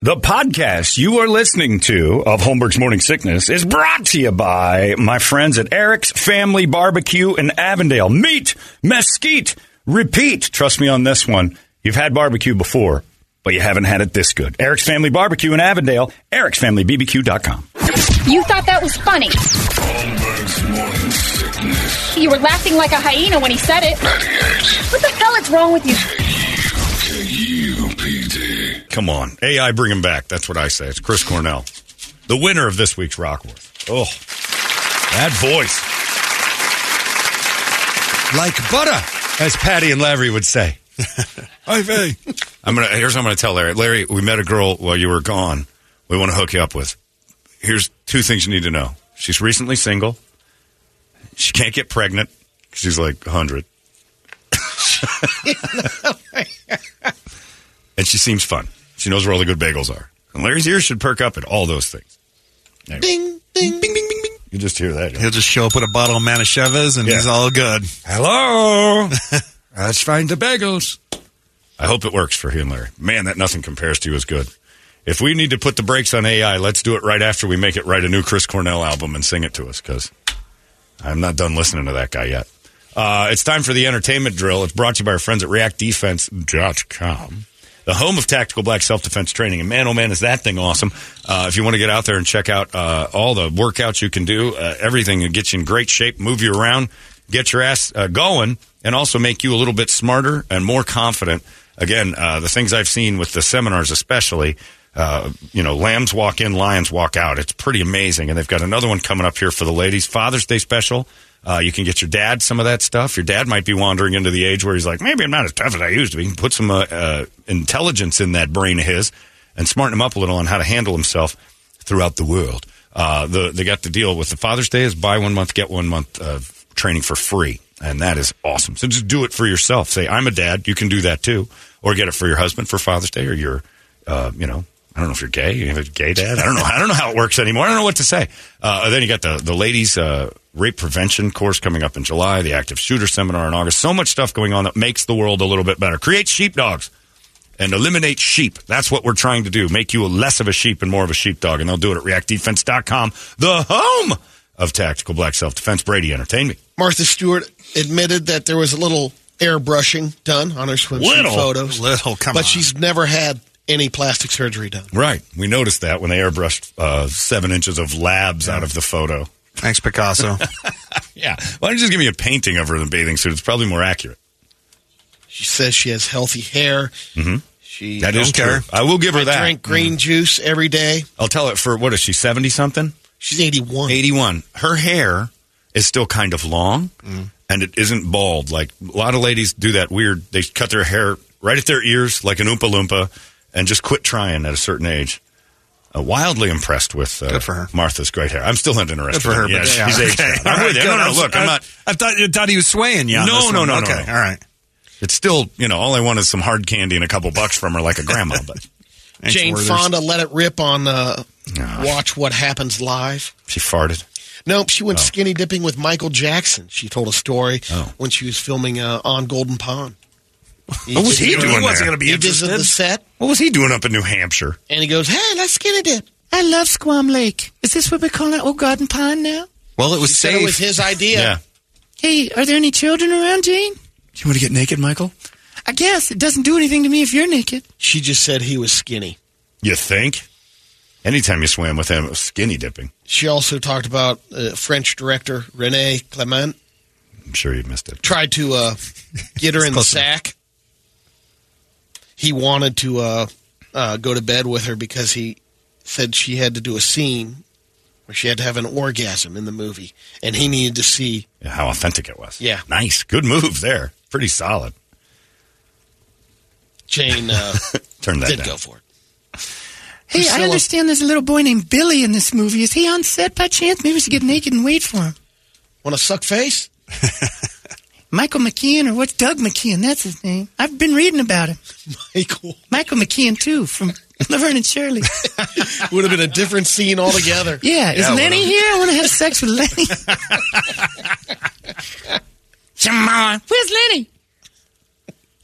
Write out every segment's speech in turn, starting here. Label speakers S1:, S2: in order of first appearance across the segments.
S1: The podcast you are listening to of Holmberg's Morning Sickness is brought to you by my friends at Eric's Family Barbecue in Avondale. Meat, mesquite, repeat. Trust me on this one. You've had barbecue before, but you haven't had it this good. Eric's Family Barbecue in Avondale, ericsfamilybbq.com.
S2: You thought that was funny.
S3: Holmberg's morning sickness.
S2: You were laughing like a hyena when he said it. What the hell is wrong with you?
S3: K-U-P-D.
S1: Come on. AI, bring him back. That's what I say. It's Chris Cornell, the winner of this week's Rockworth. Oh, that voice. Like butter, as Patty and Larry would say. Hi, Faye. I'm gonna, here's what I'm going to tell Larry. Larry, we met a girl while you were gone. We want to hook you up with. Here's two things you need to know. She's recently single. She can't get pregnant. 'cause She's like 100. and she seems fun. She knows where all the good bagels are. And Larry's ears should perk up at all those things.
S4: Ding, ding, ding, ding, ding.
S1: You just hear that.
S4: He'll just show up with a bottle of Manischewas and
S1: Yeah.
S4: he's all good.
S1: Hello. Let's find the bagels. I hope it works for you and Larry. Man, that nothing compares to you is good. If we need to put the brakes on AI, let's do it right after we make it write a new Chris Cornell album and sing it to us because I'm not done listening to that guy yet. Uh, it's time for the entertainment drill. It's brought to you by our friends at reactdefense.com, the home of tactical black self defense training. And man, oh man, is that thing awesome! Uh, if you want to get out there and check out uh, all the workouts you can do, uh, everything that gets you in great shape, move you around, get your ass uh, going, and also make you a little bit smarter and more confident. Again, uh, the things I've seen with the seminars, especially uh, you know, lambs walk in, lions walk out. It's pretty amazing. And they've got another one coming up here for the ladies. Father's Day special. Uh, you can get your dad some of that stuff. Your dad might be wandering into the age where he's like, maybe I'm not as tough as I used to be. You can put some uh, uh, intelligence in that brain of his and smarten him up a little on how to handle himself throughout the world. Uh, the, they got the deal with the Father's Day is buy one month, get one month of training for free. And that is awesome. So just do it for yourself. Say, I'm a dad. You can do that too. Or get it for your husband for Father's Day or your, uh, you know, I don't know if you're gay. You have a gay dad. I don't know. I don't know how it works anymore. I don't know what to say. Uh, then you got the the ladies uh, rape prevention course coming up in July. The active shooter seminar in August. So much stuff going on that makes the world a little bit better. Create sheepdogs and eliminate sheep. That's what we're trying to do. Make you less of a sheep and more of a sheepdog. And they'll do it at reactdefense.com, the home of tactical black self defense. Brady, entertain me.
S5: Martha Stewart admitted that there was a little airbrushing done on her swimsuit
S1: Little?
S5: photos.
S4: Little, come
S5: but
S4: on.
S5: she's never had any plastic surgery done.
S1: Right. We noticed that when they airbrushed uh, seven inches of labs out of the photo.
S4: Thanks, Picasso.
S1: Yeah. Why don't you just give me a painting of her in a bathing suit? It's probably more accurate.
S5: She says she has healthy hair. She
S1: That
S4: Don't
S1: is
S4: care.
S1: true. I will give her that.
S5: drink green juice every day.
S1: I'll tell it for what is she seventy something?
S5: She's 81.
S1: Eighty one. Her hair is still kind of long,
S4: Mm.
S1: and it isn't bald. Like a lot of ladies do that weird. They cut their hair right at their ears, like an oompa loompa, and just quit trying at a certain age. Uh, wildly impressed with uh,
S4: Good for her.
S1: Martha's great hair. I'm still not interested.
S4: Good for
S1: in it.
S4: her.
S1: Yeah,
S4: but yeah,
S1: she's aged
S4: okay.
S1: out. I'm with you. No, no, look, I'm not.
S4: I thought you thought he was swaying you. on
S1: No,
S4: this
S1: no,
S4: one.
S1: no, no,
S4: Okay,
S1: no.
S4: all right.
S1: It's still, you know, all I want is some hard candy and a couple bucks from her, like a grandma. But
S4: Thanks,
S5: Jane
S4: Werther's.
S5: Fonda let it rip on uh,
S1: Gosh.
S5: Watch What Happens Live.
S1: she farted.
S5: Nope, she went skinny dipping with Michael Jackson. She told a story
S1: Oh.
S5: when she was filming uh, on Golden Pond.
S1: What was he doing
S4: He wasn't
S1: there?
S4: going to be
S5: He visited
S4: interested.
S5: the set
S1: What was he doing up in New Hampshire?
S5: and he goes, "Hey, let's skinny dip."
S6: I love Squam Lake. Is this what we call it, Old Garden Pond now?
S4: Well, it was
S5: He said it
S4: safe.
S5: was his idea.
S6: Hey, are there any children around, Jane?
S1: Do you want to get naked, Michael?
S6: I guess it doesn't do anything to me if you're naked.
S5: She just said he was skinny.
S1: You think? Anytime you swam with him, it was skinny dipping.
S5: She also talked about uh, French director Rene Clement
S1: I'm sure you missed it.
S5: tried to uh, get her in the
S4: close
S5: sack. He wanted to uh, uh, go to bed with her because he said she had to do a scene where she had to have an orgasm in the movie, and he needed to see.
S1: How authentic it was.
S5: Yeah.
S1: Nice. Good move there. Pretty solid.
S5: Jane uh,
S1: Turn that
S5: did
S1: down.
S5: go for it.
S6: Hey, I
S5: Priscilla-
S6: understand there's a little boy named Billy in this movie. Is he on set by chance? Maybe we should get naked and wait for him.
S5: Want to suck face?
S6: Michael McKeon, or what's Doug McKeon? That's his name. I've been reading about him.
S5: Michael
S6: Michael McKeon, too, from Laverne and Shirley.
S5: would have been a different scene altogether.
S6: Yeah, is Lenny here? I want to have sex with Lenny. Come on. Where's Lenny?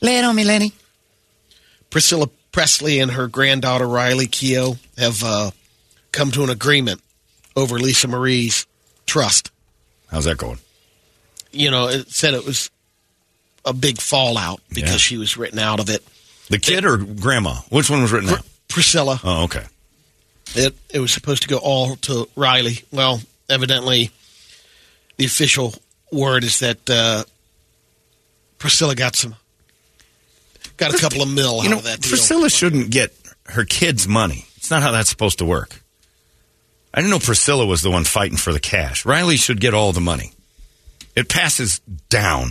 S6: Lay it on me, Lenny.
S5: Priscilla Presley and her granddaughter Riley Keough have uh, come to an agreement over Lisa Marie's trust.
S1: How's that going?
S5: You know, it said it was a big fallout because
S1: Yeah.
S5: she was written out of it.
S1: The kid or grandma? Which one was written out?
S5: Priscilla,
S1: Oh, okay.
S5: it it was supposed to go all to Riley. Well, evidently, the official word is that uh, Priscilla got some got a couple of mil out
S1: You know,
S5: of that deal.
S1: Priscilla shouldn't get her kids' money. It's not how that's supposed to work. I didn't know Priscilla was the one fighting for the cash. Riley should get all the money. It passes down.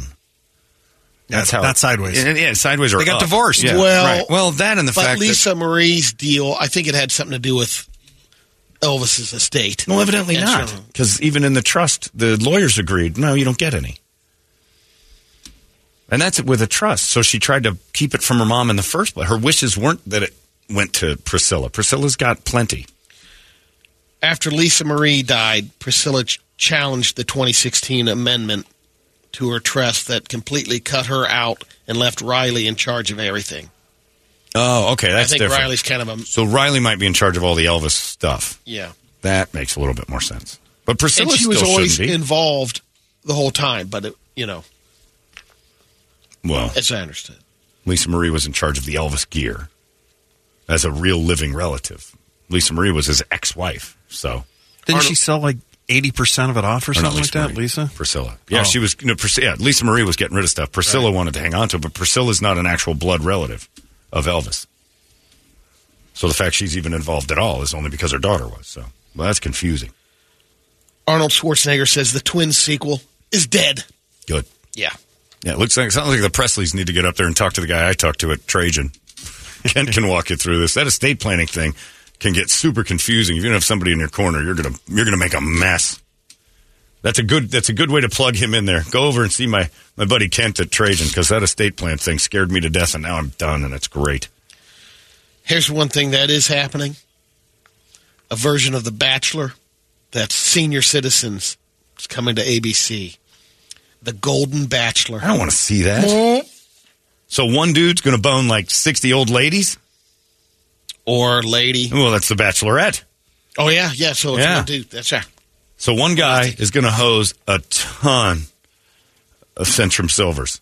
S1: That's how.
S4: not sideways.
S1: Yeah, yeah, sideways or
S4: They got
S1: up.
S4: divorced.
S1: Yeah,
S5: Well-
S1: right. well, that and the
S5: but
S1: fact that
S5: Lisa Marie's deal, I think it had something to do with Elvis's estate.
S1: Well, evidently
S5: And
S1: not.
S5: so-
S1: Because even in the trust, the lawyers agreed, no, you don't get any. And that's it with a trust. So she tried to keep it from her mom in the first place. Her wishes weren't that it went to Priscilla. Priscilla's got plenty.
S5: After Lisa Marie died, Priscilla ch- challenged the 2016 amendment to her trust that completely cut her out and left Riley in charge of everything.
S1: Oh, okay.
S5: I
S1: That's
S5: think
S1: different.
S5: Riley's kind of a
S1: so Riley might be in charge of all the Elvis stuff.
S5: yeah.
S1: That makes a little bit more sense. But
S5: and
S1: Priscilla
S5: she
S1: still
S5: was always
S1: shouldn't be.
S5: involved the whole time, but it, you know,
S1: well,
S5: as I understood.
S1: Lisa Marie was in charge of the Elvis gear as a real living relative. Lisa Marie was his ex-wife, so
S4: Didn't she sell like 80% of it off or
S1: Or not
S4: something like that,
S1: Marie.
S4: Lisa?
S1: Priscilla. Yeah,
S4: Oh.
S1: she was. No, Pris- yeah, Lisa Marie was getting rid of stuff. Priscilla wanted to hang on to it, but Priscilla's not an actual blood relative of Elvis. So the fact she's even involved at all is only because her daughter was. So, well, that's confusing.
S5: Arnold Schwarzenegger says the twin sequel is dead.
S1: Good.
S5: Yeah.
S1: Yeah, it looks like sounds like the Presleys need to get up there and talk to the guy I talked to at Trajan. Kent can walk you through this. That estate planning thing can get super confusing. If you don't have somebody in your corner, you're gonna you're gonna make a mess. That's a good that's a good way to plug him in there. Go over and see my, my buddy Kent at Trajan because that estate plan thing scared me to death, and now I'm done, and it's great.
S5: Here's one thing that is happening a version of The Bachelor that's senior citizens is coming to ABC. The Golden Bachelor.
S1: I don't want to see that. So one dude's gonna bone like sixty old ladies.
S5: Or Lady.
S1: Well, that's the Bachelorette.
S5: Oh, yeah, yeah. So it's
S1: Yeah.
S5: one dude. That's right.
S1: So one guy is gonna hose a ton of Centrum Silvers.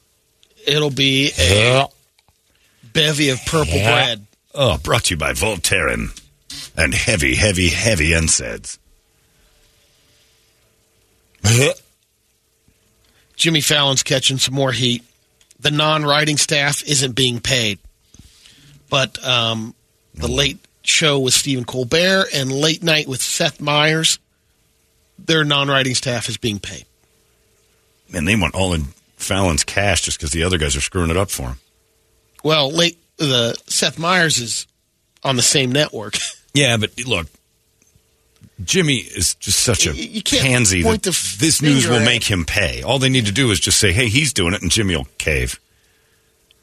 S5: It'll be a bevy of purple bread.
S1: Oh, brought to you by Voltaren and heavy, heavy, heavy NSAIDs.
S5: Jimmy Fallon's catching some more heat. The non writing staff isn't being paid. But um, the
S1: Mm.
S5: late show with Stephen Colbert and late night with Seth Meyers, their non writing staff is being paid.
S1: Man, they want all in Fallon's cash just because the other guys are screwing it up for him.
S5: Well, late the Seth Meyers is on the same network.
S1: Yeah, but look, Jimmy is just such a
S5: Y- you can't
S1: pansy that
S5: point the
S1: this news
S5: finger
S1: will
S5: at-
S1: make him pay. All they need to do is just say, hey, he's doing it, and Jimmy will cave.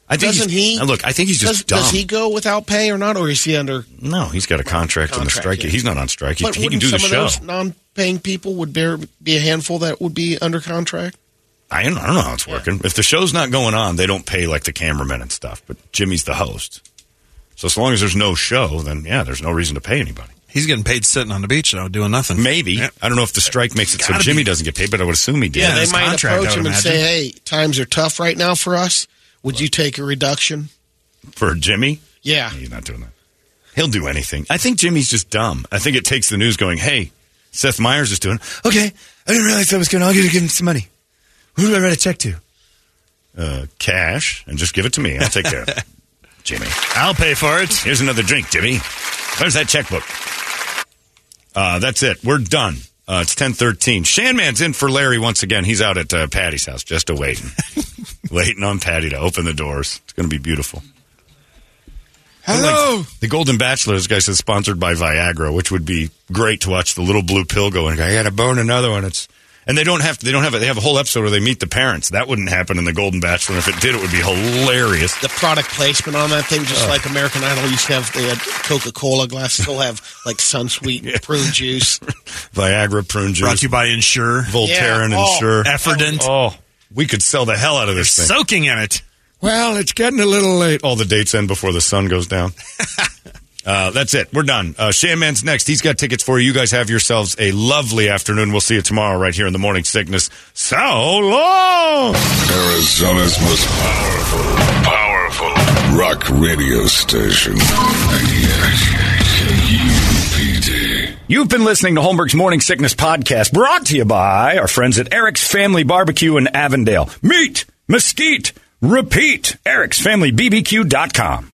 S1: I think
S5: Doesn't
S1: he's-
S5: he?
S1: Now, Look, I think he's
S5: does,
S1: just dumb.
S5: does he go without pay or not, or is he under?
S1: no, he's got a contract, and a
S5: Contract,
S1: strike.
S5: yeah.
S1: He's not on strike. He,
S5: But
S1: he can
S5: wouldn't
S1: do the
S5: some of
S1: show.
S5: those non-paying people would there be a handful that would be under contract?
S1: I don't, I don't know how it's working. If the show's not going on, they don't pay like the cameramen and stuff. But Jimmy's the host, so as long as there's no show, then yeah, there's no reason to pay anybody.
S4: He's getting paid sitting on the beach, though, doing nothing.
S1: Maybe
S4: Yeah.
S1: I don't know if the strike makes it so
S4: Gotta
S1: Jimmy
S4: be.
S1: doesn't get paid, but I would assume he did.
S4: Yeah,
S5: they
S4: his
S5: might
S4: contract, I
S5: approach
S4: would
S5: him and
S4: imagine.
S5: say, "Hey, times are tough right now for us. Would you take a reduction?"
S1: for Jimmy,
S5: Yeah,
S1: he's not doing that. He'll do anything. I think Jimmy's just dumb. I think it takes the news going, "Hey, Seth Meyers is doing it." okay." I didn't realize that was going. to I'll get to give him some money. Who do I write a check to? Uh, cash, and just give it to me. I'll take care of it, Jimmy.
S4: I'll pay for it.
S1: Here's another drink, Jimmy. Where's that checkbook? Uh, that's it. We're done. Uh, it's ten thirteen. Shanman's in for Larry once again. He's out at uh, Patty's house, just a waiting, waiting on Patty to open the doors. It's going to be beautiful.
S4: Hello.
S1: The Golden Bachelor, this guy says, sponsored by Viagra, which would be great to watch the little blue pill go and go. I got to burn another one. It's and they don't have they don't have it. They have a whole episode where they meet the parents. That wouldn't happen in the Golden Bachelor. If it did, it would be hilarious.
S5: the product placement on that thing,
S4: Oh.
S5: just like American Idol used to have the Coca Cola glasses, they'll have like Sunsweet prune juice.
S1: Viagra prune juice,
S4: Brought to you by Insure.
S1: Voltaren,
S5: Yeah, oh.
S1: Insure.
S4: Efferdent.
S1: Oh, we could sell the hell out of this thing.
S4: Soaking in it.
S1: Well, it's getting a little late. All the dates end before the sun goes down. uh, that's it. We're done. Uh, Shaman's next. He's got tickets for you. You guys have yourselves a lovely afternoon. We'll see you tomorrow right here in the morning sickness. So long.
S3: Arizona's most powerful, powerful rock radio station. 98 KUPD.
S1: You've been listening to Holmberg's Morning Sickness Podcast, brought to you by our friends at Eric's Family Barbecue in Avondale. Meet, mesquite, repeat. Eric'sFamilyBBQ.com.